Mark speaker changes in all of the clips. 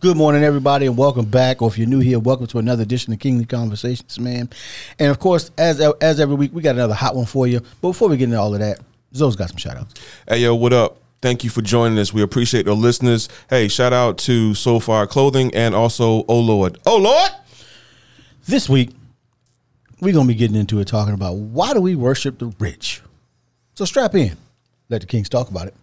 Speaker 1: Good morning, everybody, and welcome back. Or if you're new here, welcome to another edition of Kingly Conversations, man. And of course, as as every week, we got another hot one for you. But before we get into all of that, Zoe's got some shout outs.
Speaker 2: Hey, yo, what up? Thank you for joining us. We appreciate the listeners. Hey, shout out to So Far Clothing and also Oh Lord. Oh Lord!
Speaker 1: This week, we're going to be getting into it talking about why do we worship the rich? So strap in. Let the kings talk about it.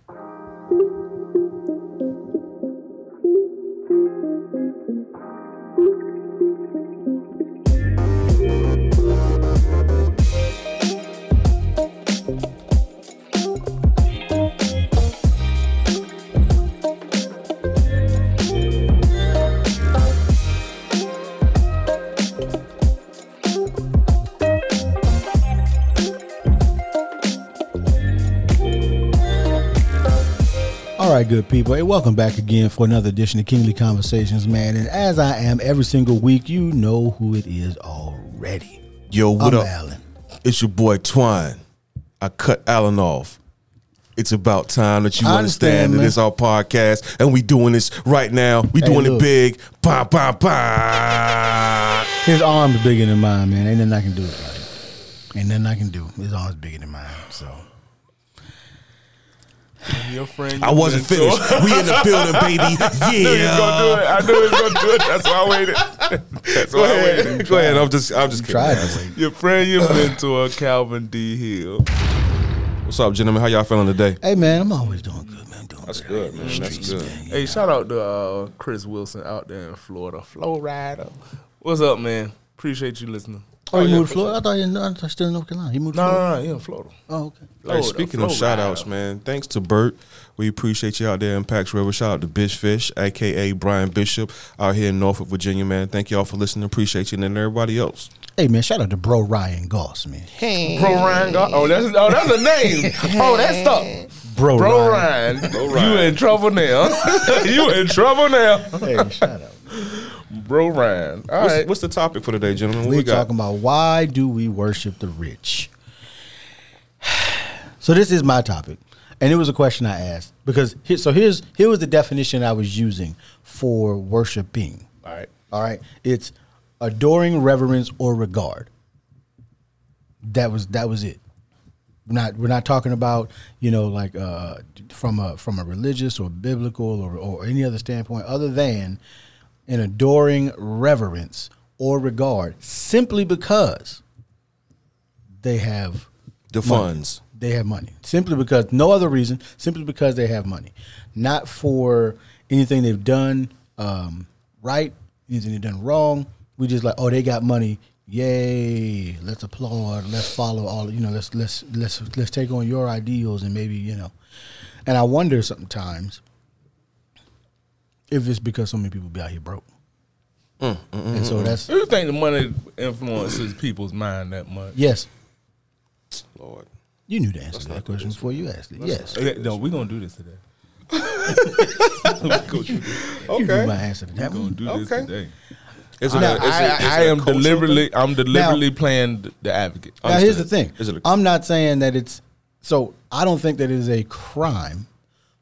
Speaker 1: All right, good people, and welcome back again for another edition of Kingly Conversations, man. And as I am every single week, you know who it is already.
Speaker 2: Yo, what
Speaker 1: I'm
Speaker 2: up?
Speaker 1: Alan.
Speaker 2: It's your boy Twine. I cut Alan off. It's about time that you
Speaker 1: I understand,
Speaker 2: understand, that
Speaker 1: man.
Speaker 2: it's our podcast and we doing this right now. We doing
Speaker 1: look.
Speaker 2: it big. Pa pa pa.
Speaker 1: His arm's bigger than mine, man. Ain't nothing I can do about it. Ain't nothing I can do. His arm's bigger than mine, so.
Speaker 3: Your friend.
Speaker 2: I wasn't
Speaker 3: your
Speaker 2: finished.
Speaker 3: mentor.
Speaker 2: We in the building, baby.
Speaker 3: I knew he was gonna do
Speaker 2: Yeah.
Speaker 3: it. I knew he was gonna do it. That's why I waited. That's
Speaker 2: Go
Speaker 3: why I waited.
Speaker 2: ahead. Go ahead. I'm just I'm just kidding.
Speaker 1: Try to wait.
Speaker 3: Your friend, your mentor, Calvin D. Hill.
Speaker 2: What's up, gentlemen? How y'all feeling today?
Speaker 1: Hey, man, I'm always doing good, man. I'm doing
Speaker 2: That's good, man. That's good.
Speaker 3: Hey, shout out to uh, Chris Wilson out there in Florida, Florida. What's up, man? Appreciate you listening.
Speaker 1: Oh, he moved to Florida? I thought he didn't know. I thought he was still in North Carolina. He moved to
Speaker 3: No,
Speaker 1: Florida.
Speaker 3: no, no, he in Florida.
Speaker 1: Oh, okay.
Speaker 2: Hey,
Speaker 3: Florida,
Speaker 2: speaking
Speaker 3: Florida.
Speaker 2: of shout outs, man, thanks to Bert. We appreciate you out there in Pax River. Shout out to Bishfish, aka Brian Bishop, out here in Norfolk, Virginia, man. Thank y'all for listening. Appreciate you and then everybody else.
Speaker 1: Hey, man, shout out to Bro Ryan Goss, man.
Speaker 3: Bro Ryan, Gar- oh that's oh that's a name. Oh that's stuff.
Speaker 1: Bro,
Speaker 3: Bro
Speaker 1: Ryan.
Speaker 3: Ryan, you in trouble now. you in trouble now,
Speaker 1: Hey, shout out.
Speaker 3: Bro Ryan. All
Speaker 2: What's,
Speaker 3: right.
Speaker 2: what's the topic for today, gentlemen? What
Speaker 1: We're
Speaker 2: we got?
Speaker 1: talking about why do we worship the rich? So this is my topic, and it was a question I asked because here, so here's here was the definition I was using for worshiping.
Speaker 3: All right.
Speaker 1: All right, it's adoring, reverence, or regard. That was that was it. We're not we're not talking about you know like uh, from a from a religious or biblical or, or any other standpoint other than an adoring reverence or regard simply because they have
Speaker 2: The funds.
Speaker 1: they have money simply because no other reason simply because they have money not for anything they've done um, right anything they've done wrong we just like oh they got money yay let's applaud let's follow all you know let's let's let's let's take on your ideals and maybe you know and i wonder sometimes if it's because so many people be out here broke and so that's
Speaker 3: Do you think the money influences people's mind that much?
Speaker 1: yes
Speaker 2: Lord.
Speaker 1: you knew the answer to that question before you asked it yes
Speaker 3: Okay, No, we're gonna do this today.
Speaker 1: you knew my
Speaker 2: Okay.
Speaker 1: answer to that
Speaker 3: We're gonna
Speaker 1: one
Speaker 3: do this
Speaker 2: Okay.
Speaker 3: today.
Speaker 2: Is
Speaker 3: I,
Speaker 2: it a- is it-
Speaker 3: I-
Speaker 2: is it
Speaker 3: I
Speaker 2: a
Speaker 3: am
Speaker 2: cultural
Speaker 3: deliberately,
Speaker 2: thing?
Speaker 3: I'm deliberately playing th- the advocate.
Speaker 1: Now here's the
Speaker 2: Understood.
Speaker 1: thing.
Speaker 2: Is it a-
Speaker 1: I'm not saying that it's so I don't think that it is a crime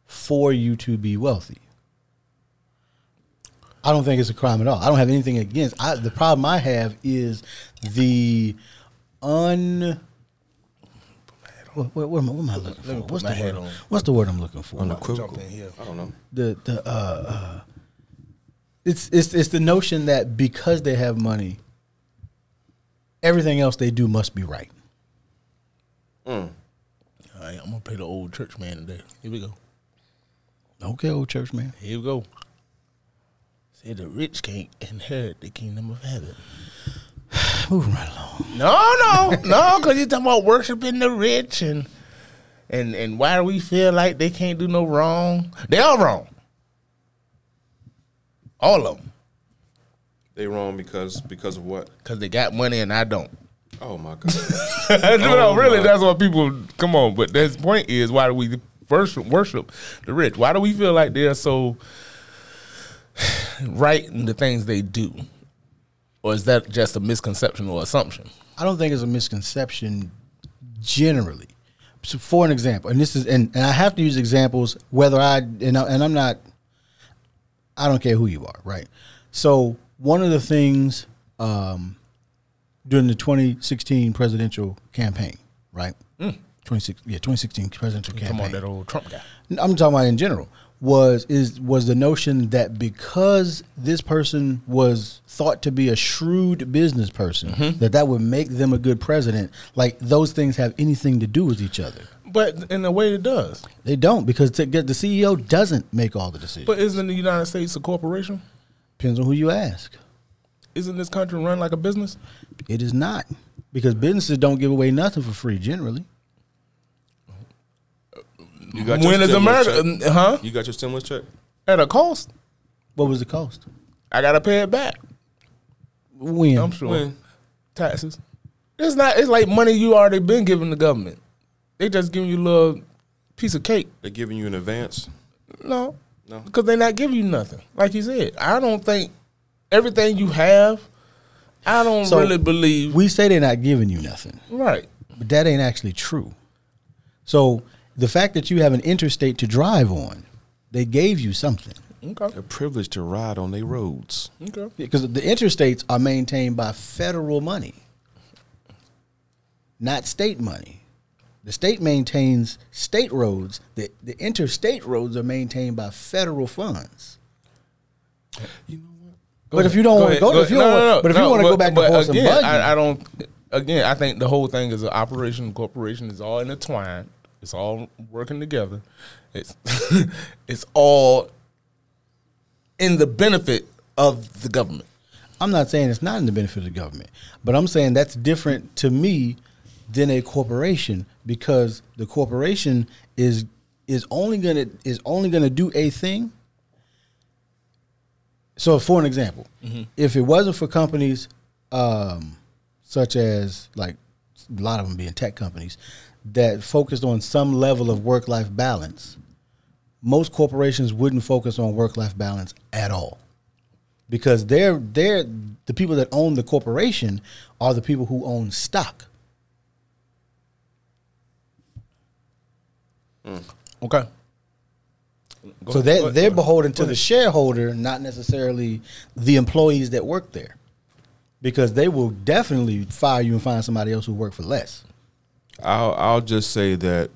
Speaker 1: for you to be wealthy. I don't think it's a crime at all. I don't have anything against. I, the problem I have is the un. What, what, what, am, I, what am I looking for?
Speaker 3: me put
Speaker 1: What's
Speaker 3: my
Speaker 1: the
Speaker 3: hat
Speaker 1: word?
Speaker 3: on.
Speaker 1: What's the word I'm looking for?
Speaker 2: Unequivocal.
Speaker 3: in here.
Speaker 2: I don't know.
Speaker 1: the the uh, uh, it's it's it's the notion that because they have money, everything else they do must be right.
Speaker 3: All right, I'm gonna play the old church man today. Here we go.
Speaker 1: Okay, old church man.
Speaker 3: Here we go. Say the rich can't inherit the kingdom of heaven.
Speaker 1: Moving right along.
Speaker 3: No, no, no, because you're talking about worshiping the rich and and and why do we feel like they can't do no wrong? They all wrong. All of them,
Speaker 2: They wrong because because of what?
Speaker 3: because they got money and I don't.
Speaker 2: Oh my God.
Speaker 3: no,
Speaker 2: Oh,
Speaker 3: really,
Speaker 2: my.
Speaker 3: that's what people. Come on, but his point is, why do we worship worship the rich? Why do we feel like they're so right in the things they do, or is that just a misconception or assumption?
Speaker 1: I don't think it's a misconception generally. So for an example, and this is and, and I have to use examples whether I and I, and I'm not I don't care who you are, right? So one of the things um, during the 2016 presidential campaign, right? 26, yeah, 2016 presidential
Speaker 3: Mm. Come on,
Speaker 1: campaign.
Speaker 3: that old Trump guy.
Speaker 1: I'm talking about in general was is was the notion that because this person was thought to be a shrewd business person
Speaker 3: Mm-hmm.
Speaker 1: that that would make them a good president like those things have anything to do with each other
Speaker 3: But in a way, it does.
Speaker 1: they don't because to get the CEO doesn't make all the decisions
Speaker 3: But isn't the United States a corporation?
Speaker 1: depends on who you ask
Speaker 3: Isn't this country run like a business?
Speaker 1: it is not because businesses don't give away nothing for free generally
Speaker 2: You got your
Speaker 3: When is
Speaker 2: stimulus
Speaker 3: America?
Speaker 2: check?
Speaker 3: mm, Huh?
Speaker 2: You got your stimulus check?
Speaker 3: At a cost.
Speaker 1: what was the cost
Speaker 3: I gotta pay it back.
Speaker 1: when
Speaker 3: I'm sure.
Speaker 2: When?
Speaker 3: Taxes. It's not. It's like money you already been giving the government. They just giving you a little piece of cake.
Speaker 2: They're giving you in advance.
Speaker 3: No.
Speaker 2: No.
Speaker 3: Because they not giving you nothing. Like you said, I don't think everything you have. I don't
Speaker 1: So,
Speaker 3: really believe.
Speaker 1: we say they're not giving you nothing
Speaker 3: right.
Speaker 1: but that ain't actually true. So the fact that you have an interstate to drive on, they gave you something
Speaker 3: Okay.
Speaker 2: They're privileged to ride on their roads.
Speaker 3: Okay.
Speaker 1: because the interstates are maintained by federal money, not state money. The state maintains state roads. The, the interstate roads are maintained by federal funds.
Speaker 2: You know what?
Speaker 1: But if you don't wanna
Speaker 3: ahead,
Speaker 1: go- if you don't
Speaker 3: ahead.
Speaker 1: wanna- but if you wanna go back to horse and
Speaker 3: again,
Speaker 1: buggy-
Speaker 3: I, I don't. Again, I think the whole thing is an operation. Corporation is all intertwined. It's all working together. It's it's all in the benefit of the government.
Speaker 1: I'm not saying it's not in the benefit of the government, but I'm saying that's different to me than a corporation because the corporation is is only gonna is only gonna do a thing. So, for an example, if it wasn't for companies um, such as like a lot of them being tech companies that focused on some level of work life balance, most corporations wouldn't focus on work life balance at all because they're they're the people that own the corporation are the people who own stock.
Speaker 3: Okay.
Speaker 1: so they're they're beholden to the shareholder, not necessarily the employees that work there. Because they will definitely fire you and find somebody else who work for less.
Speaker 2: I'll I'll just say that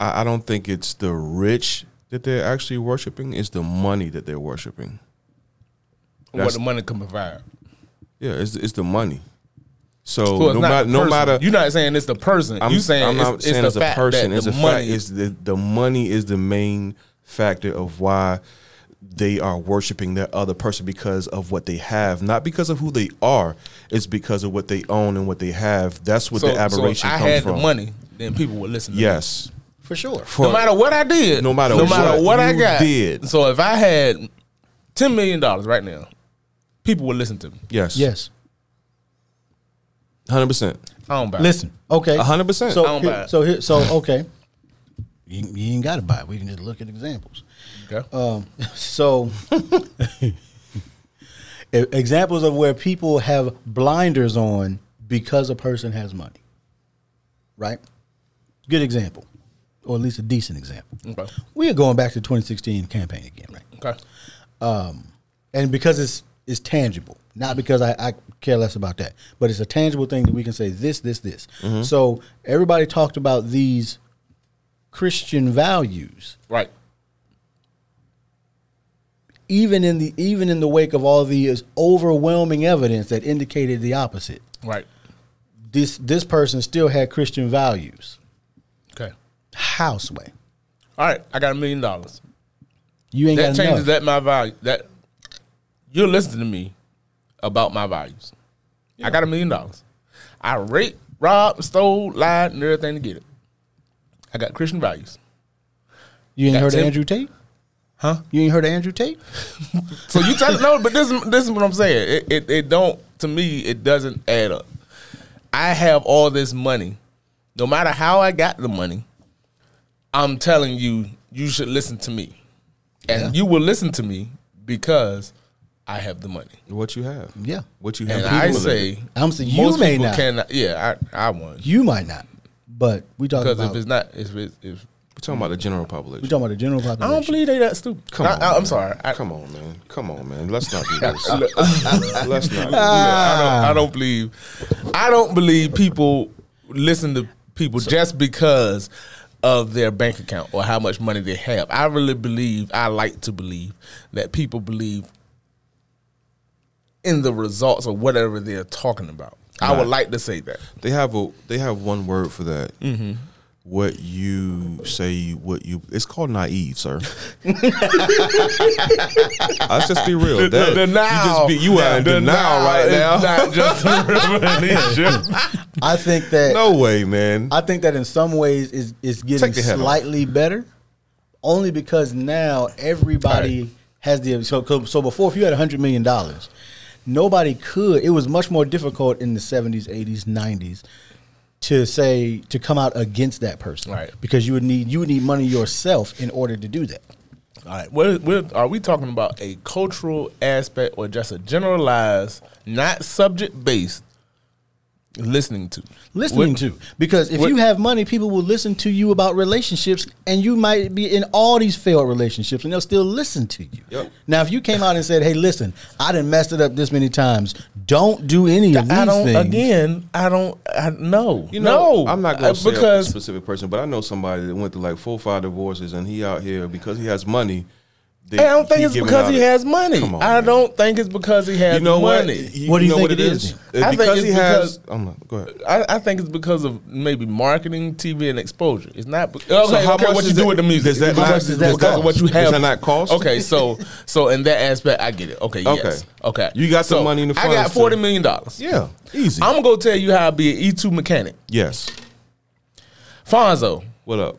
Speaker 2: I, I don't think it's the rich that they're actually worshiping. It's the money that they're worshiping.
Speaker 3: What the money can provide.
Speaker 2: Yeah, it's it's the money. So
Speaker 3: So it's
Speaker 2: no
Speaker 3: not
Speaker 2: matter
Speaker 3: the
Speaker 2: no
Speaker 3: person.
Speaker 2: matter
Speaker 3: You're not saying it's the person.
Speaker 2: I'm,
Speaker 3: you saying
Speaker 2: I'm
Speaker 3: it's,
Speaker 2: not
Speaker 3: it's
Speaker 2: saying
Speaker 3: the
Speaker 2: as a
Speaker 3: fact
Speaker 2: person.
Speaker 3: That
Speaker 2: It's
Speaker 3: the
Speaker 2: a
Speaker 3: money
Speaker 2: fact. Is the the money is the main factor of why they are worshiping that other person because of what they have, not because of who they are. It's because of what they own and what they have. That's what
Speaker 3: so,
Speaker 2: the aberration
Speaker 3: so if I
Speaker 2: comes
Speaker 3: had
Speaker 2: from.
Speaker 3: the money, then people would listen. To me.
Speaker 2: Yes.
Speaker 1: For sure.
Speaker 2: For-
Speaker 3: no matter what I did,
Speaker 2: No matter
Speaker 3: no
Speaker 2: what
Speaker 3: matter what, I
Speaker 2: you
Speaker 3: got,
Speaker 2: did.
Speaker 3: So if I had ten million dollars right now, people would listen to me.
Speaker 2: Yes.
Speaker 1: Yes.
Speaker 2: Hundred percent.
Speaker 3: I don't buy. it.
Speaker 1: Listen. Okay.
Speaker 2: A hundred percent.
Speaker 1: So
Speaker 3: I don't
Speaker 1: here-
Speaker 3: buy it.
Speaker 1: so here, so okay. You, you ain't gotta buy it. We can just look at examples.
Speaker 3: Okay.
Speaker 1: Um, so, e- examples of where people have blinders on because a person has money, right? Good example, or at least a decent example.
Speaker 3: okay.
Speaker 1: We are going back to 2016 campaign again, right?
Speaker 3: Okay.
Speaker 1: and because it's it's tangible not because I, I care less about that but it's a tangible thing that we can say this this this so everybody talked about these christian values
Speaker 3: Right.
Speaker 1: even in the even in the wake of all the overwhelming evidence that indicated the opposite
Speaker 3: Right.
Speaker 1: this this person still had christian values
Speaker 3: Okay.
Speaker 1: houseway
Speaker 3: All right. I got a million dollars.
Speaker 1: you ain't
Speaker 3: That
Speaker 1: got enough.
Speaker 3: changes that my value. That you're listening to me about my values. I got a million dollars. I raped, robbed, stole, lied, and everything to get it. I got Christian values.
Speaker 1: you ain't
Speaker 3: that
Speaker 1: heard of
Speaker 3: ten-
Speaker 1: andrew tate
Speaker 3: Huh?
Speaker 1: you ain't heard of andrew tate
Speaker 3: So you tell no, but this is- this is what I'm saying. It, it it don't to me. It doesn't add up. I have all this money. No matter how I got the money, I'm telling you, you should listen to me, and you will listen to me because I have the money.
Speaker 2: what you have.
Speaker 1: Yeah.
Speaker 2: What you have.
Speaker 3: And I
Speaker 2: accumulated.
Speaker 3: say,
Speaker 1: i'm saying you
Speaker 3: most
Speaker 1: may
Speaker 3: people
Speaker 1: not
Speaker 3: cannot. Yeah, I I won
Speaker 1: you might not but we talking
Speaker 3: because
Speaker 1: about
Speaker 3: if it's not, if it's if
Speaker 2: We're talking about the general population.
Speaker 1: We're talking about the general population.
Speaker 3: I don't believe they that stupid.
Speaker 2: Come on,
Speaker 3: I,
Speaker 2: man.
Speaker 3: am sorry. I,
Speaker 2: Come on, man. Come on, man. Let's not do this.
Speaker 3: Look,
Speaker 2: Let's not.
Speaker 3: look,
Speaker 2: Ah.
Speaker 3: I don't. I don't believe. I don't believe people listen to people just because of their bank account or how much money they have. I really believe. I like to believe that people believe in the results of whatever they're talking about. I would like to say that.
Speaker 2: They have a. They have one word for that.
Speaker 3: Mm-hmm.
Speaker 2: What you say, what you. It's called naive, sir. Let's just be real. That,
Speaker 3: The
Speaker 2: You just be. You are in
Speaker 3: the
Speaker 2: denial right
Speaker 3: is
Speaker 2: now.
Speaker 3: Not just a revelation.
Speaker 1: I think that
Speaker 2: No way, man.
Speaker 1: I think that in some ways is is getting
Speaker 2: Take the head off.
Speaker 1: slightly better, only because now everybody has the so so- so before if you had hundred million dollars, nobody could. It was much more difficult in the seventies, eighties, nineties to say to come out against that person,
Speaker 3: Right.
Speaker 1: Because you would need you would need money yourself in order to do that.
Speaker 3: All right, we're, we're, are we talking about a cultural aspect or just a generalized, not subject based listening to?
Speaker 1: Listening
Speaker 3: What-
Speaker 1: to because if
Speaker 3: what-
Speaker 1: you have money, people will listen to you about relationships, and you might be in all these failed relationships, and they'll still listen to you.
Speaker 2: Yep.
Speaker 1: Now, if you came out and said, "Hey, listen, I didn't messed it up this many times. Don't do any of these
Speaker 3: I don't.
Speaker 1: things."
Speaker 3: Again, I don't. I, no,
Speaker 2: You know,
Speaker 3: no.
Speaker 2: I'm not going
Speaker 3: Uh,
Speaker 2: to say a
Speaker 3: because
Speaker 2: specific person, but I know somebody that went through like four or five divorces, and he out here because he has money. They,
Speaker 3: I don't think
Speaker 2: he
Speaker 3: it's
Speaker 2: giving
Speaker 3: because
Speaker 2: out
Speaker 3: he
Speaker 2: it.
Speaker 3: has money.
Speaker 2: Come on,
Speaker 3: I
Speaker 2: man.
Speaker 3: don't think it's because he has
Speaker 2: You know
Speaker 3: money.
Speaker 2: what?
Speaker 1: What do you
Speaker 2: know
Speaker 1: think it is
Speaker 3: I think
Speaker 2: because
Speaker 3: it's
Speaker 2: he has.
Speaker 3: because-
Speaker 2: I'm not, go ahead.
Speaker 3: I, I think it's because of maybe marketing, TV, and exposure. It's not be- okay. how
Speaker 2: much
Speaker 3: much what
Speaker 2: does
Speaker 3: you do
Speaker 2: that-
Speaker 3: with the music?
Speaker 2: does that
Speaker 3: It's
Speaker 2: not-
Speaker 3: because-
Speaker 2: does that
Speaker 3: because of what
Speaker 2: cost?
Speaker 3: you
Speaker 2: Does
Speaker 3: have?
Speaker 2: that not cost?
Speaker 3: Okay, so so in that aspect, I get it. Okay,
Speaker 2: Okay.
Speaker 3: yes. Okay,
Speaker 2: You got
Speaker 3: so
Speaker 2: some money in the
Speaker 3: I got
Speaker 2: funds to-
Speaker 3: forty million dollars.
Speaker 2: Yeah, easy.
Speaker 3: I'm gonna go tell you how I be an E two mechanic,
Speaker 2: yes.
Speaker 3: Fonzo.
Speaker 2: What up?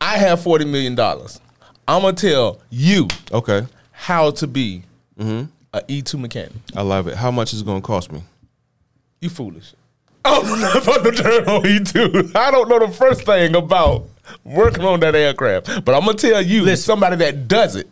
Speaker 3: I have forty million dollars. I'm gonna tell you
Speaker 2: Okay,
Speaker 3: how to be
Speaker 2: Mm-hmm.
Speaker 3: a E two mechanic.
Speaker 2: I love it. How much is it going to cost me?
Speaker 3: You foolish. I don't know about the term on E2. I don't know the first thing about working on that aircraft. But I'm gonna tell you there's somebody that does it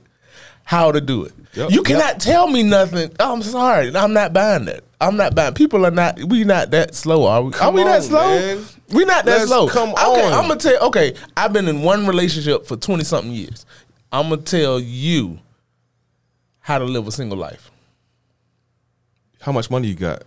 Speaker 3: how to do it.
Speaker 2: Yep.
Speaker 3: You cannot tell me nothing. I'm sorry. I'm not buying that. I'm not buying. People are not. We not that slow, are we? are
Speaker 2: Come
Speaker 3: we
Speaker 2: on,
Speaker 3: that slow?
Speaker 2: man.
Speaker 3: We not that
Speaker 2: Let's
Speaker 3: slow.
Speaker 2: come
Speaker 3: okay,
Speaker 2: on.
Speaker 3: I'm gonna tell. Okay, I've been in one relationship for twenty something years. I'm gonna tell you how to live a single life.
Speaker 2: How much money you got?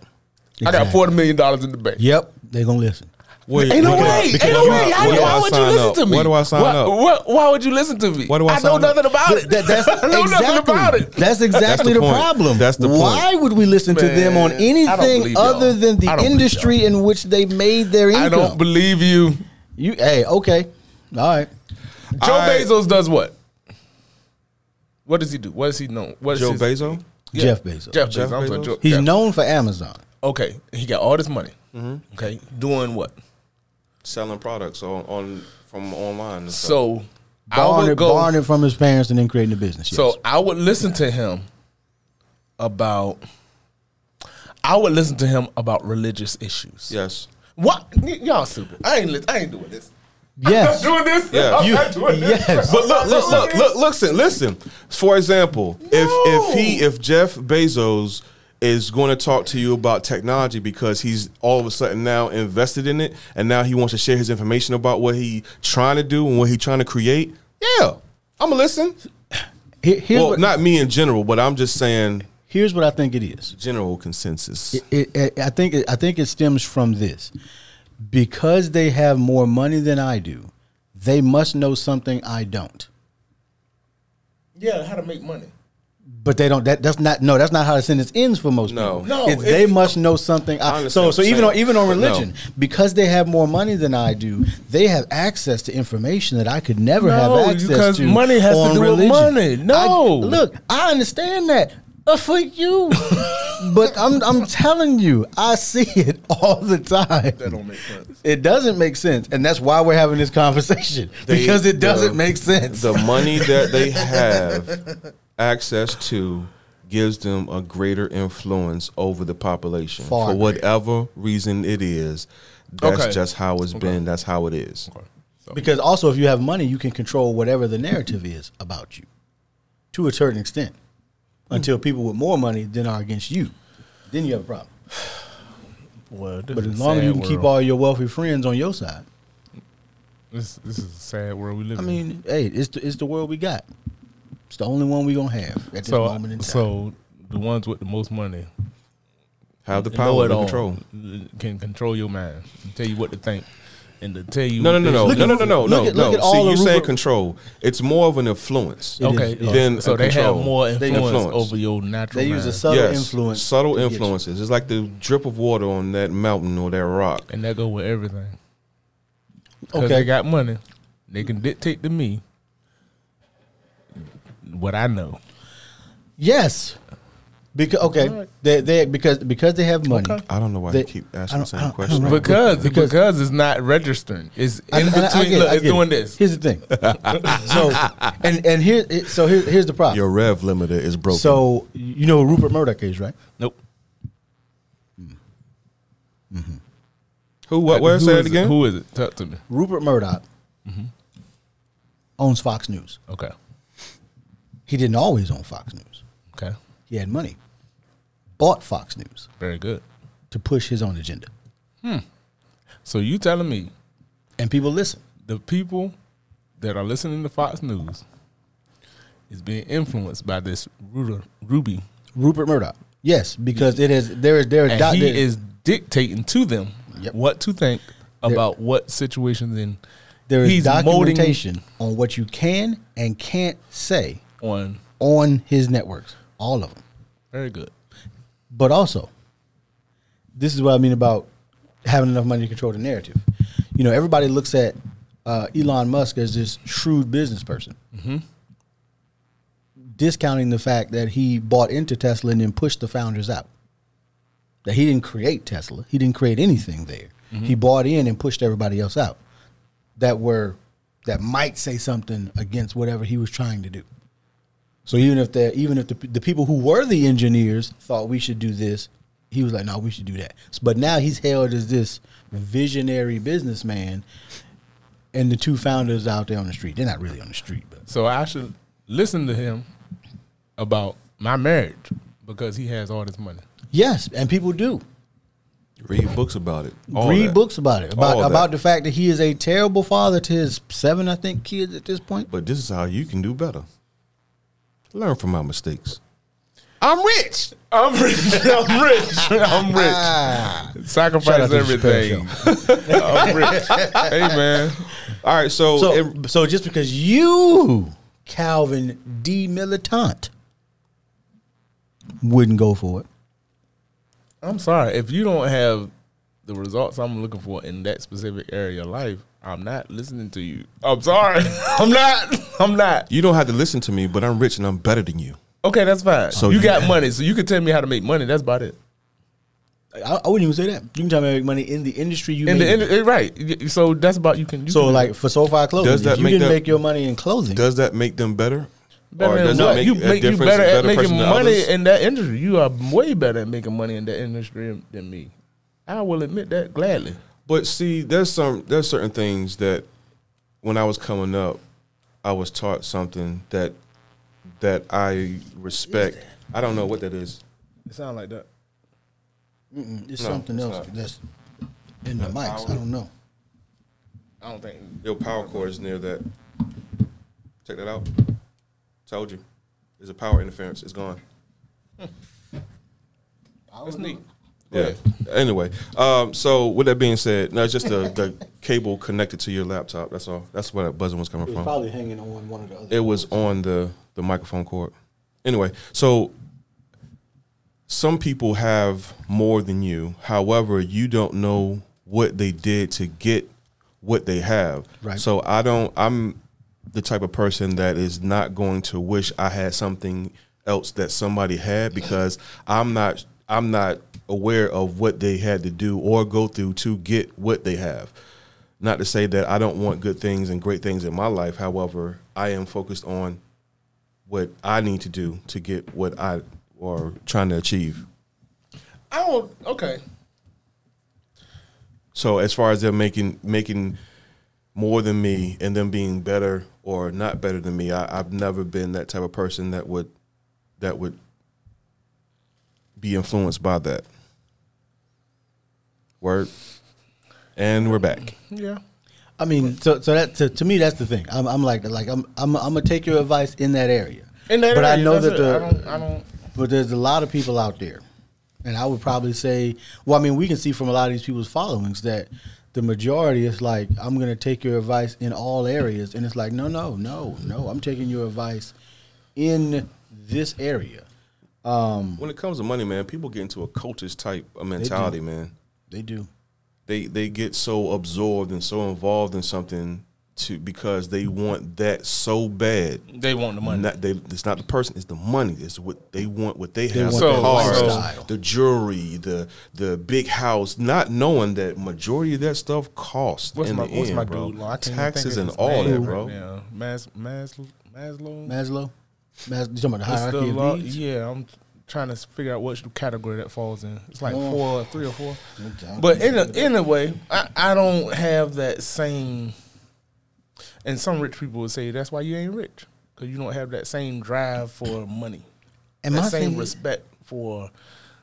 Speaker 3: I got forty million dollars in the bank.
Speaker 1: Yep, they're gonna listen.
Speaker 2: Wait,
Speaker 3: Ain't no
Speaker 2: because-
Speaker 3: way. Ain't
Speaker 2: because
Speaker 3: no
Speaker 2: you-
Speaker 3: way. I,
Speaker 2: where do
Speaker 3: why
Speaker 2: I
Speaker 3: would you
Speaker 2: sign
Speaker 3: listen
Speaker 2: up?
Speaker 3: to me?
Speaker 2: Where do I sign
Speaker 3: Why-
Speaker 2: up?
Speaker 3: why- why would you listen to me?
Speaker 2: Where do I
Speaker 3: know
Speaker 2: sign up?
Speaker 3: nothing about
Speaker 1: But
Speaker 3: it.
Speaker 1: that- that's
Speaker 3: I know nothing
Speaker 1: exactly,
Speaker 3: about it.
Speaker 1: That's exactly
Speaker 2: the
Speaker 1: the,
Speaker 2: point.
Speaker 1: problem.
Speaker 2: That's the point.
Speaker 1: Why would we listen to them on
Speaker 3: Man, I don't
Speaker 1: anything
Speaker 3: believe y'all.
Speaker 1: other than
Speaker 3: I
Speaker 1: the
Speaker 3: don't believe
Speaker 1: industry in which they made their income?
Speaker 3: I don't believe you.
Speaker 1: you hey, okay, all right.
Speaker 3: Joe
Speaker 2: I-
Speaker 3: Bezos does what? What does he do? What does he know? What is
Speaker 2: Joe
Speaker 3: his-
Speaker 2: Bezos.
Speaker 3: Yeah.
Speaker 1: Jeff Bezos.
Speaker 3: Jeff Bezos.
Speaker 2: Jeff
Speaker 3: I'm sorry,
Speaker 2: Bezos?
Speaker 3: Joe-
Speaker 1: He's
Speaker 3: Jeff.
Speaker 1: known for Amazon.
Speaker 3: okay. He got all this money.
Speaker 2: Mm-hmm.
Speaker 3: Okay, doing what?
Speaker 2: selling products on, on from online. And stuff.
Speaker 3: So I
Speaker 1: Borrowing
Speaker 3: would
Speaker 1: it,
Speaker 3: go.
Speaker 1: borrowing it from his parents and then creating a business. Yes.
Speaker 3: So I would listen to him about. I would listen to him about religious issues.
Speaker 2: yes,
Speaker 3: What Y- y'all stupid? I ain't li- I ain't doing this.
Speaker 1: yes,
Speaker 3: I'm not doing this.
Speaker 2: Yeah.
Speaker 3: I'm
Speaker 2: You-
Speaker 3: not doing this.
Speaker 1: yes.
Speaker 2: but look, look, look, look, listen, listen. For example, if if he
Speaker 3: No.
Speaker 2: if Jeff Bezos is going to talk to you about technology because he's all of a sudden now invested in it, and now he wants to share his information about what he trying to do and what he trying to create. Yeah, I'm gonna listen.
Speaker 1: Here- here's,
Speaker 2: Well,
Speaker 1: what,
Speaker 2: not me in general, but I'm just saying
Speaker 1: here's what I think it is.
Speaker 2: general consensus.
Speaker 1: It, it, I think it, I think it stems from this, because they have more money than I do, they must know something I don't.
Speaker 3: Yeah, how to make money?
Speaker 1: But they don't. That, that's not no. That's not how the sentence ends for most
Speaker 2: No.
Speaker 1: people.
Speaker 3: No,
Speaker 1: It's
Speaker 3: it-
Speaker 1: they must know something. I,
Speaker 2: understand
Speaker 1: so
Speaker 2: what
Speaker 1: so
Speaker 2: you're
Speaker 1: even
Speaker 2: saying,
Speaker 1: on even on
Speaker 2: but no.
Speaker 1: religion, because they have more money than I do, they have access to information that I could never
Speaker 3: No,
Speaker 1: have access
Speaker 3: because
Speaker 1: to.
Speaker 3: money has to
Speaker 1: on
Speaker 3: do with
Speaker 1: religion.
Speaker 3: money. No.
Speaker 1: I- look, I understand that. But for you, but I'm I'm telling you, I see it all the time. That
Speaker 3: don't make sense.
Speaker 1: It doesn't make sense, and that's why we're having this conversation
Speaker 2: They-
Speaker 1: because it doesn't
Speaker 2: the-
Speaker 1: make sense.
Speaker 2: The money that they have access to gives them a greater influence over the population
Speaker 1: Far
Speaker 2: for
Speaker 1: greater.
Speaker 2: whatever reason it is. That's
Speaker 3: Okay.
Speaker 2: just how it's been. That's how it is.
Speaker 1: Oh. Because also, if you have money, you can control whatever the narrative is about you to a certain extent
Speaker 3: Hmm.
Speaker 1: until people with more money then are against you. Then you have a problem.
Speaker 3: Well,
Speaker 1: But as long as you can keep all your wealthy friends on your side,
Speaker 3: This this is a sad world we live
Speaker 1: I
Speaker 3: in.
Speaker 1: mean, hey, it's the, it's the world we got. It's the only one we gonna have at this
Speaker 3: so uh,
Speaker 1: moment in time.
Speaker 3: so the ones with the most money,
Speaker 2: Have the
Speaker 3: know
Speaker 2: power
Speaker 3: it
Speaker 2: to
Speaker 3: all,
Speaker 2: control.
Speaker 3: can control your mind, and tell you what to think, and to tell you
Speaker 2: No, no, no, no,
Speaker 3: Look
Speaker 2: no,
Speaker 3: at-
Speaker 2: no, no, no,
Speaker 1: look
Speaker 2: no.
Speaker 1: at- look at
Speaker 2: no.
Speaker 1: all
Speaker 2: See,
Speaker 1: the
Speaker 2: you say
Speaker 1: rubric-
Speaker 2: control. It's more of an influence.
Speaker 1: It
Speaker 3: Okay,
Speaker 1: is, yeah.
Speaker 2: Then
Speaker 3: so
Speaker 2: a
Speaker 3: they have
Speaker 2: control.
Speaker 3: more
Speaker 2: They
Speaker 3: influence,
Speaker 2: influence.
Speaker 3: over your natural.
Speaker 1: they use a
Speaker 3: mind.
Speaker 1: subtle influence.
Speaker 2: Subtle
Speaker 1: to get you.
Speaker 2: influences. It's like the drip of water on that mountain or that rock.
Speaker 3: and that go with everything. Cause
Speaker 1: Okay,
Speaker 3: they got money. They can dictate to me what I know.
Speaker 1: Yes. Because okay, they they because because they have money.
Speaker 2: I don't know why
Speaker 1: They-
Speaker 2: you keep asking
Speaker 1: I
Speaker 2: the
Speaker 1: don't- I
Speaker 2: same
Speaker 1: don't- I
Speaker 2: question.
Speaker 1: don't know.
Speaker 3: Because, because
Speaker 1: Because-
Speaker 3: it's not registering. It's in
Speaker 1: I- and I- I
Speaker 3: between.
Speaker 1: get it,
Speaker 3: look,
Speaker 1: I
Speaker 3: it's
Speaker 1: get it.
Speaker 3: doing this.
Speaker 1: Here's the thing. so and and here it- so here, here's the problem.
Speaker 2: Your rev limiter is broken.
Speaker 1: so you know who Rupert Murdoch is, right?
Speaker 3: Nope.
Speaker 2: who? What? Where?
Speaker 3: Who
Speaker 2: Say
Speaker 3: is
Speaker 2: it again.
Speaker 3: Who is it? Talk to me.
Speaker 1: Rupert Murdoch owns Fox News.
Speaker 3: Okay.
Speaker 1: He didn't always own Fox News.
Speaker 3: Okay.
Speaker 1: He had money. Bought Fox News
Speaker 3: Very good.
Speaker 1: to push his own agenda.
Speaker 3: So you telling me
Speaker 1: And people listen.
Speaker 3: the people that are listening to Fox News is being influenced by this Ruder, Ruby,
Speaker 1: Rupert Murdoch. Yes, because it is there is there is
Speaker 3: and
Speaker 1: doc-
Speaker 3: he
Speaker 1: there-
Speaker 3: is dictating to them
Speaker 1: Yep.
Speaker 3: what to think about what situations in.
Speaker 1: there is
Speaker 3: he's molding-
Speaker 1: documentation on what you can and can't say
Speaker 3: on.
Speaker 1: on his networks, all of them.
Speaker 3: Very good.
Speaker 1: But also, this is what I mean about having enough money to control the narrative. You know, everybody looks at uh, Elon Musk as this shrewd business person, discounting the fact that he bought into Tesla and then pushed the founders out. That he didn't create Tesla, he didn't create anything there. He bought in and pushed everybody else out that were that might say something against whatever he was trying to do. So even if the even if the, the people who were the engineers thought we should do this, he was like, "No, we should do that." S- But now he's hailed as this visionary businessman, and the two founders out there on the street—they're not really on the street, but
Speaker 3: So I should listen to him about my marriage because he has all this money.
Speaker 1: yes, and people do
Speaker 2: Read books about it. All
Speaker 1: read
Speaker 2: that.
Speaker 1: books about it
Speaker 2: All
Speaker 1: about
Speaker 2: that.
Speaker 1: about the fact that he is a terrible father to his seven, I think, kids at this point.
Speaker 2: But this is how you can do better. Learn from my mistakes.
Speaker 3: I'm rich. I'm rich. I'm rich. I'm rich.
Speaker 1: Ah, shout out
Speaker 3: Sacrifice
Speaker 1: to the Chappelle
Speaker 3: everything.
Speaker 1: Show.
Speaker 3: I'm rich. hey man.
Speaker 2: All right. So,
Speaker 1: So,
Speaker 2: it-
Speaker 1: so just because you, Calvin D. Militant, wouldn't go for it,
Speaker 3: I'm sorry. If you don't have the results I'm looking for in that specific area of life, I'm not listening to you. I'm sorry. I'm not. I'm not.
Speaker 2: you don't have to listen to me, but I'm rich and I'm better than you.
Speaker 3: Okay, that's fine.
Speaker 2: So
Speaker 3: So you
Speaker 2: you-
Speaker 3: got money, so you can tell me how to make money. That's about it.
Speaker 1: I, I wouldn't even say that. You can tell me I make money in the industry you
Speaker 3: In the
Speaker 1: made
Speaker 3: end,
Speaker 1: it.
Speaker 3: eh, right. Y- So that's about you can. You
Speaker 1: So,
Speaker 3: can-
Speaker 1: like for SoFi clothing,
Speaker 2: Does that
Speaker 1: if you
Speaker 2: make
Speaker 1: didn't
Speaker 2: that-
Speaker 1: make your money in clothing.
Speaker 2: Does that make them better?
Speaker 3: Better than
Speaker 2: does
Speaker 3: what?
Speaker 2: it make
Speaker 3: you
Speaker 2: a
Speaker 3: make you
Speaker 2: difference,
Speaker 3: better at making
Speaker 2: person than
Speaker 3: money
Speaker 2: others?
Speaker 3: in that industry. You are way better at making money in that industry than me. I will admit that gladly.
Speaker 2: But see, there's some there's certain things that when I was coming up, I was taught something that that I respect. I don't know what that is.
Speaker 3: It sounds like that.
Speaker 1: it's
Speaker 2: No,
Speaker 1: something
Speaker 2: it's
Speaker 1: else
Speaker 2: not.
Speaker 1: that's in the mics. I don't know.
Speaker 3: I don't think.
Speaker 2: Your power cord is near that. Check that out. Told you. There's a power interference. It's gone.
Speaker 3: That's neat.
Speaker 2: Yeah. Anyway, um, so with that being said, no, it's just the, the cable connected to your laptop. That's all. That's where that buzzing was coming from.
Speaker 1: probably hanging on one of the other.
Speaker 2: it was on the the microphone cord. Anyway, so some people have more than you. However, you don't know what they did to get what they have.
Speaker 1: Right.
Speaker 2: So I don't. I'm the type of person that is not going to wish I had something else that somebody had because I'm not. I'm not aware of what they had to do or go through to get what they have. Not to say that I don't want good things and great things in my life. However, I am focused on what I need to do to get what I are trying to achieve.
Speaker 3: I don't. Okay.
Speaker 2: So as far as them making making more than me and them being better or not better than me, I, I've never been that type of person that would that would be influenced by that. Word. And we're back.
Speaker 3: Yeah.
Speaker 1: I mean, so so that to, to me that's the thing. I'm, I'm like like I'm, I'm I'm gonna take your advice in that area.
Speaker 4: In that
Speaker 1: but I
Speaker 4: area,
Speaker 1: know
Speaker 4: that's
Speaker 1: that
Speaker 4: it.
Speaker 1: the
Speaker 4: I don't- I don't-
Speaker 1: but there's a lot of people out there, and I would probably say, well, I mean, we can see from a lot of these people's followings that the majority is like, I'm gonna take your advice in all areas, and it's like, no, no, no, no, I'm taking your advice in this area. Um,
Speaker 2: When it comes to money, man, people get into a cultish type of mentality, man.
Speaker 1: They do.
Speaker 2: They they get so absorbed and so involved in something to because they want that so bad.
Speaker 3: They want the money.
Speaker 2: Not, they, it's not the person; it's the money. It's what they want. What they, have:
Speaker 1: want
Speaker 2: the
Speaker 1: that
Speaker 2: cars,
Speaker 1: lifestyle.
Speaker 2: the jewelry, the the big house. Not knowing that majority of that stuff costs
Speaker 3: What's
Speaker 2: in
Speaker 3: my
Speaker 2: the
Speaker 3: What's
Speaker 2: end,
Speaker 3: my
Speaker 2: bro.
Speaker 3: dude? Like, I can't even
Speaker 2: Taxes
Speaker 3: think
Speaker 2: and
Speaker 3: of his
Speaker 2: all
Speaker 3: name
Speaker 2: that,
Speaker 3: right
Speaker 2: bro.
Speaker 3: now. Mas Maslow Maslow.
Speaker 1: Maslow, Mas- you talking about the
Speaker 3: It's
Speaker 1: hierarchy
Speaker 3: the
Speaker 1: of
Speaker 3: law-
Speaker 1: needs?
Speaker 3: Yeah, I'm trying to figure out which category that falls in. It's like
Speaker 1: Oh.
Speaker 3: four, three or four.
Speaker 1: Okay.
Speaker 3: But in a, in a way, I, I don't have that same. And some rich people would say that's why you ain't rich because you don't have that same drive for money,
Speaker 1: And
Speaker 3: that
Speaker 1: my
Speaker 3: same
Speaker 1: thing-
Speaker 3: respect for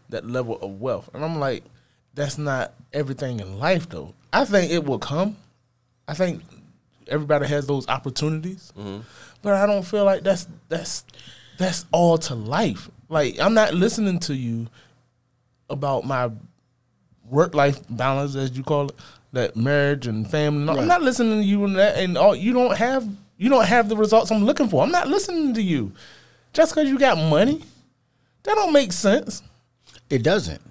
Speaker 3: that level of wealth. And I'm like, that's not everything in life, though. I think it will come. I think everybody has those opportunities, but I don't feel like that's that's that's all to life. Like I'm not listening to you about my work life balance, as you call it, that marriage and family. No, I'm not listening to you and that, and all you don't have you don't have the results I'm looking for. I'm not listening to you just because you got money. That don't make sense.
Speaker 1: It doesn't.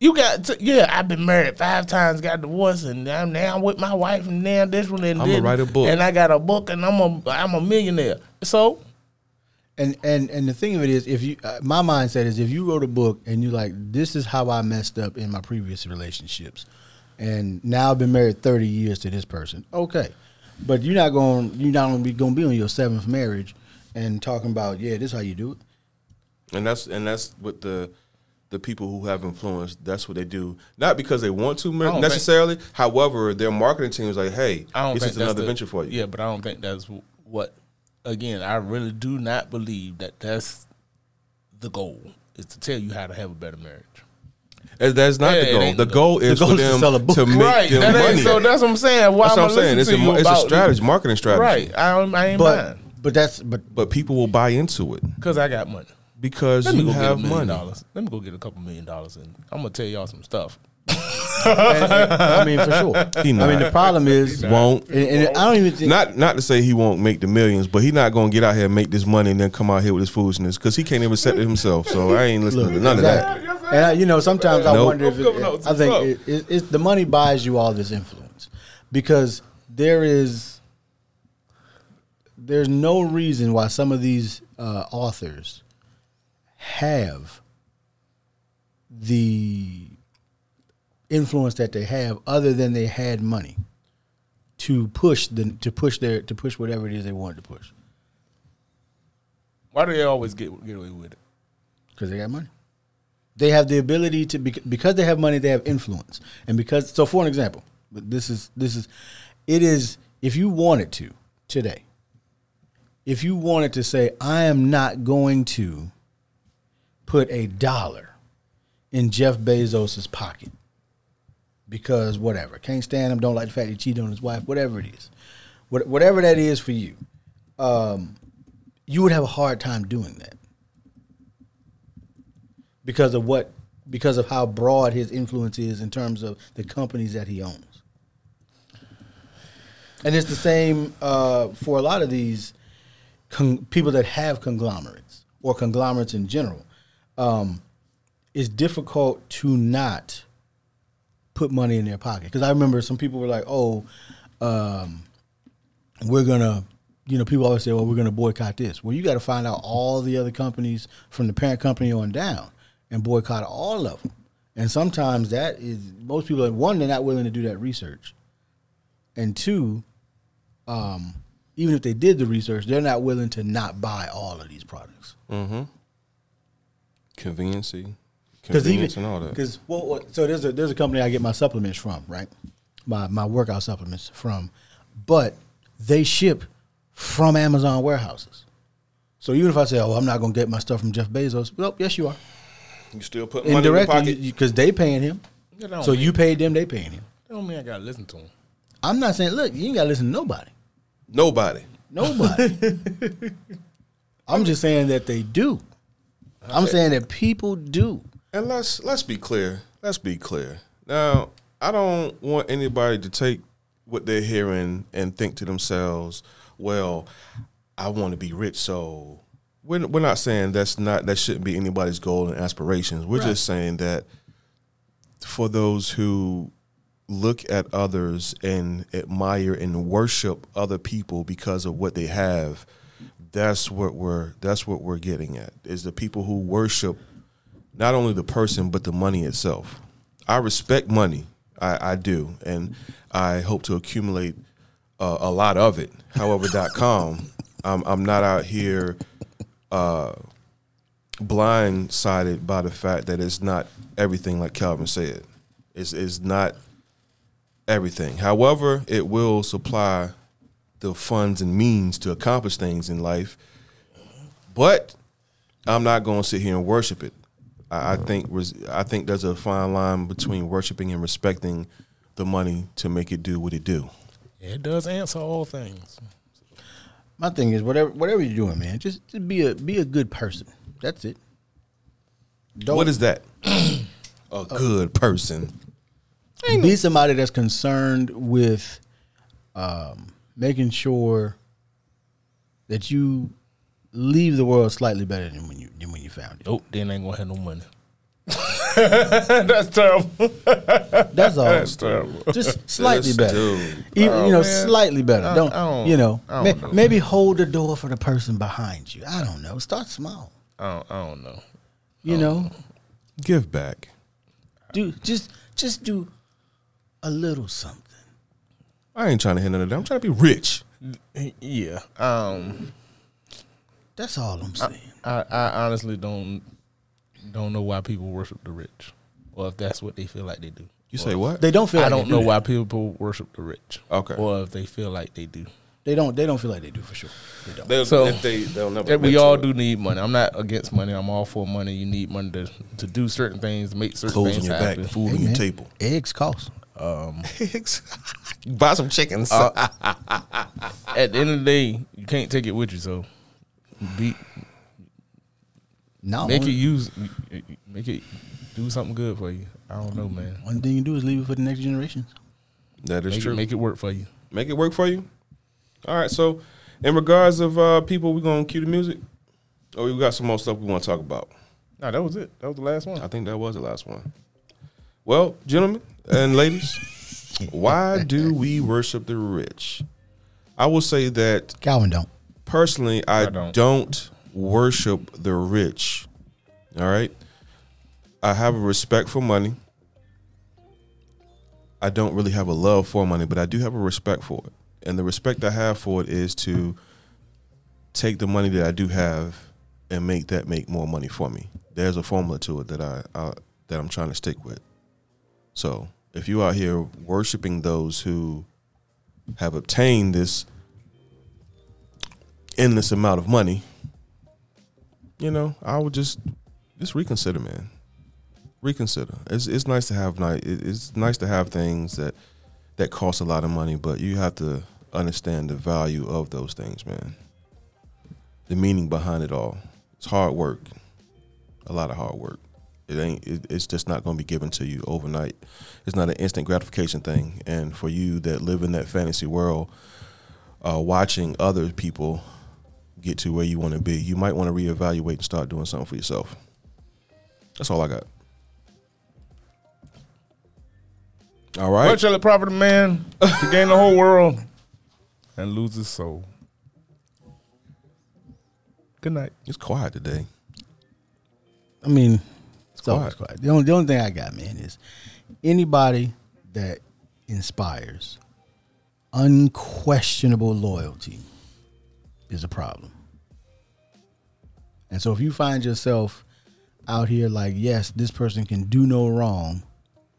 Speaker 3: You got to, yeah. I've been married five times, got divorced, and now now I'm with my wife, and now this one and
Speaker 2: I'ma
Speaker 3: this,
Speaker 2: write a book.
Speaker 3: and I got a book, and I'm a I'm a millionaire. So
Speaker 1: And and and the thing of it is, if you, uh, my mindset is, if you wrote a book and you're like, this is how I messed up in my previous relationships, and now I've been married thirty years to this person, okay, but you're not going, you're not going to be going to be on your seventh marriage and talking about, yeah, this is how you do it.
Speaker 2: and that's and that's what the the people who have influence that's what they do not because they want to mer-
Speaker 3: don't
Speaker 2: necessarily however their marketing team is like hey
Speaker 3: I don't
Speaker 2: this
Speaker 3: think
Speaker 2: is
Speaker 3: that's
Speaker 2: another
Speaker 3: the-
Speaker 2: venture for you
Speaker 3: Yeah, but I don't think that's wh- what. Again, I really do not believe that that's the goal. Is to tell you how to have a better marriage.
Speaker 2: And that's not
Speaker 3: Yeah,
Speaker 2: the
Speaker 3: it
Speaker 2: goal
Speaker 3: ain't
Speaker 2: the
Speaker 3: the
Speaker 2: goal is
Speaker 1: goal
Speaker 2: for
Speaker 1: is to
Speaker 2: them
Speaker 1: sell a book.
Speaker 2: to make them
Speaker 3: that ain't-
Speaker 2: money
Speaker 3: So that's what I'm saying. Why
Speaker 2: that's
Speaker 3: am
Speaker 2: what i'm saying it's a,
Speaker 3: you
Speaker 2: mar- it's a
Speaker 3: about-
Speaker 2: strategy marketing strategy
Speaker 3: Right. I, don't- I ain't
Speaker 1: But
Speaker 3: mine
Speaker 1: but that's but
Speaker 2: but people will buy into it
Speaker 3: because I got money.
Speaker 2: because
Speaker 3: Let me
Speaker 2: you
Speaker 3: go
Speaker 2: have
Speaker 3: get a million
Speaker 2: money
Speaker 3: dollars. Let me go get a couple million dollars, and I'm gonna tell y'all some stuff.
Speaker 1: I mean for sure.
Speaker 2: He
Speaker 1: I mean
Speaker 2: not.
Speaker 1: the problem is
Speaker 2: Won't.
Speaker 1: and, and I don't even think
Speaker 2: not not to say he won't make the millions, but he's not gonna get out here and make this money and then come out here with his foolishness because he can't even set it himself. So I ain't listening to none of that.
Speaker 1: Exactly. And I, you know, sometimes I
Speaker 2: Nope.
Speaker 1: wonder if
Speaker 3: I'm coming out
Speaker 1: it,
Speaker 3: to
Speaker 1: I think it,
Speaker 3: fuck.
Speaker 1: it, it's the money buys you all this influence because there is there's no reason why some of these uh, authors have the influence that they have other than they had money to push the to push their to push whatever it is they wanted to push
Speaker 3: Why do they always get get away with it?
Speaker 1: because they got money. They have the ability to bec- because they have money, they have influence, and because so for an example, but this is this is it is if you wanted to today, if you wanted to say I am not going to put a dollar in Jeff Bezos's pocket because whatever can't stand him, don't like the fact he cheated on his wife, whatever it is, what, whatever that is for you, um, you would have a hard time doing that because of what because of how broad his influence is in terms of the companies that he owns. And it's the same uh, for a lot of these con- people that have conglomerates or conglomerates in general. Um, it's difficult to not put money in their pocket because I remember some people were like, "Oh, um, we're gonna." You know, people always say, "Well, we're going to boycott this." Well, you got to find out all the other companies from the parent company on down and boycott all of them. And sometimes that is most people. Are, one, they're not willing to do that research, and two, um, even if they did the research, they're not willing to not buy all of these products.
Speaker 2: Conveniency,
Speaker 1: because even
Speaker 2: convenience, and all that.
Speaker 1: because well, well, so there's a there's a company I get my supplements from, right? My my workout supplements from, but they ship from Amazon warehouses. So even if I say, "Oh, I'm not going to get my stuff from Jeff Bezos," well, yes, you are
Speaker 2: You still put money in your
Speaker 1: indirectly
Speaker 2: pocket.
Speaker 1: because they paying him.
Speaker 3: Yeah, that don't
Speaker 1: So
Speaker 3: mean-
Speaker 1: you paid them, they paying him.
Speaker 3: That don't mean I gotta listen to them.
Speaker 1: I'm not saying look, you ain't gotta listen to nobody.
Speaker 2: Nobody.
Speaker 1: Nobody. I'm just saying that they do. I'm saying that people do.
Speaker 2: And let's let's be clear. Let's be clear. Now, I don't want anybody to take what they're hearing and think to themselves, "Well, I want to be rich." So we're, we're not saying that's not that shouldn't be anybody's goal and aspirations. We're just saying that for those who look at others and admire and worship other people because of what they have, that's what we're that's what we're getting at. Is the people who worship not only the person but the money itself. I respect money, I, I do, and I hope to accumulate uh, a lot of it. However, dot com, I'm I'm not out here uh, blindsided by the fact that it's not everything like Calvin said. It's it's not everything. However, it will supply the funds and means to accomplish things in life. But I'm not going to sit here and worship it. I, I think res- I think there's a fine line between worshiping and respecting the money to make it do what it do.
Speaker 5: It does answer all things.
Speaker 1: My thing is whatever whatever you're doing, man, just, just be a be a good person. That's it. Don't
Speaker 2: What is that? a good person.
Speaker 1: be somebody that's concerned with um, making sure that you leave the world slightly better than when you than when you found it.
Speaker 5: Oh, then ain't gonna have no money. That's terrible.
Speaker 1: That's all.
Speaker 5: terrible.
Speaker 1: Just slightly
Speaker 2: This
Speaker 1: better.
Speaker 2: dude.
Speaker 1: Even, you know,
Speaker 5: Oh, man.
Speaker 1: slightly better.
Speaker 5: I-
Speaker 1: don't,
Speaker 5: I don't-
Speaker 1: you know,
Speaker 5: I
Speaker 1: may-
Speaker 5: don't know.
Speaker 1: Maybe hold the door for the person behind you. I don't know. Start small.
Speaker 5: I don't, I don't know. Oh.
Speaker 1: You know,
Speaker 2: Give back.
Speaker 1: do just just do a little something.
Speaker 2: I ain't trying to hit none of that. I'm trying to be rich.
Speaker 5: Yeah. Um.
Speaker 1: That's all I'm saying.
Speaker 5: I, I honestly don't don't know why people worship the rich, or if that's what they feel like they do.
Speaker 2: You
Speaker 5: Or-
Speaker 2: say what?
Speaker 1: they don't feel.
Speaker 5: I
Speaker 1: like
Speaker 5: don't
Speaker 1: they do
Speaker 5: know
Speaker 1: that.
Speaker 5: why people worship the rich.
Speaker 2: Okay.
Speaker 5: Or if they feel like they do.
Speaker 1: they don't. They don't feel like they do for sure. They don't.
Speaker 2: They'll,
Speaker 5: So-
Speaker 2: if they, they'll never
Speaker 5: Yeah, we
Speaker 2: admit to
Speaker 5: all
Speaker 2: it.
Speaker 5: do need money. I'm not against money. I'm all for money. You need money to, to do certain things, make certain
Speaker 2: Clothes on
Speaker 5: things
Speaker 2: your back,
Speaker 5: happen.
Speaker 2: food on
Speaker 1: Hey,
Speaker 2: your
Speaker 1: man,
Speaker 2: table.
Speaker 1: Eggs cost.
Speaker 2: You buy some chickens.
Speaker 5: At the end of the day, you can't take it with you. So be
Speaker 1: No.
Speaker 5: make it
Speaker 1: only-
Speaker 5: use make it do something good for you. I don't know, man.
Speaker 1: One thing you do is leave it for the next generations.
Speaker 2: that is
Speaker 5: Make
Speaker 2: true.
Speaker 5: it, make it work for you.
Speaker 2: make it work for you. All right. So, in regards of uh, people, we're gonna cue the music. Oh, we got some more stuff we want to talk about.
Speaker 5: No, that was it. That was the last one.
Speaker 2: I think that was the last one. Well, gentlemen and ladies, why do we worship the rich? I will say that
Speaker 1: Calvin don't.
Speaker 2: personally, I,
Speaker 5: don't.
Speaker 2: don't. worship the rich. All right. I have a respect for money. I don't really have a love for money, but I do have a respect for it. And the respect I have for it is to take the money that I do have and make that make more money for me. There's a formula to it that I, I that I'm trying to stick with. So if you out here worshiping those who have obtained this endless amount of money, you know, I would just just reconsider, man. Reconsider. It's it's nice to have night. It's nice to have things that that cost a lot of money, but you have to understand the value of those things, man. The meaning behind it all. It's hard work, a lot of hard work. It ain't. It, it's just not going to be given to you overnight. It's not an instant gratification thing. And for you that live in that fantasy world, uh, watching other people get to where you want to be, you might want to reevaluate and start doing something for yourself. That's all I got. All right.
Speaker 5: What shall it profit a man to gain the whole world and lose his soul? Good night.
Speaker 2: It's quiet today.
Speaker 1: I mean, it's always
Speaker 2: quiet.
Speaker 1: quiet. The only, the only thing I got, man, is anybody that inspires unquestionable loyalty is a problem. And so if you find yourself out here like, yes, this person can do no wrong,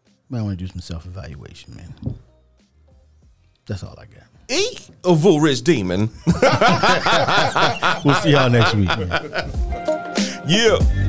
Speaker 1: you might want to do some self evaluation, man. That's all I got.
Speaker 2: Eek! A Vu Rich Demon.
Speaker 1: We'll see y'all next week, man.
Speaker 2: yeah.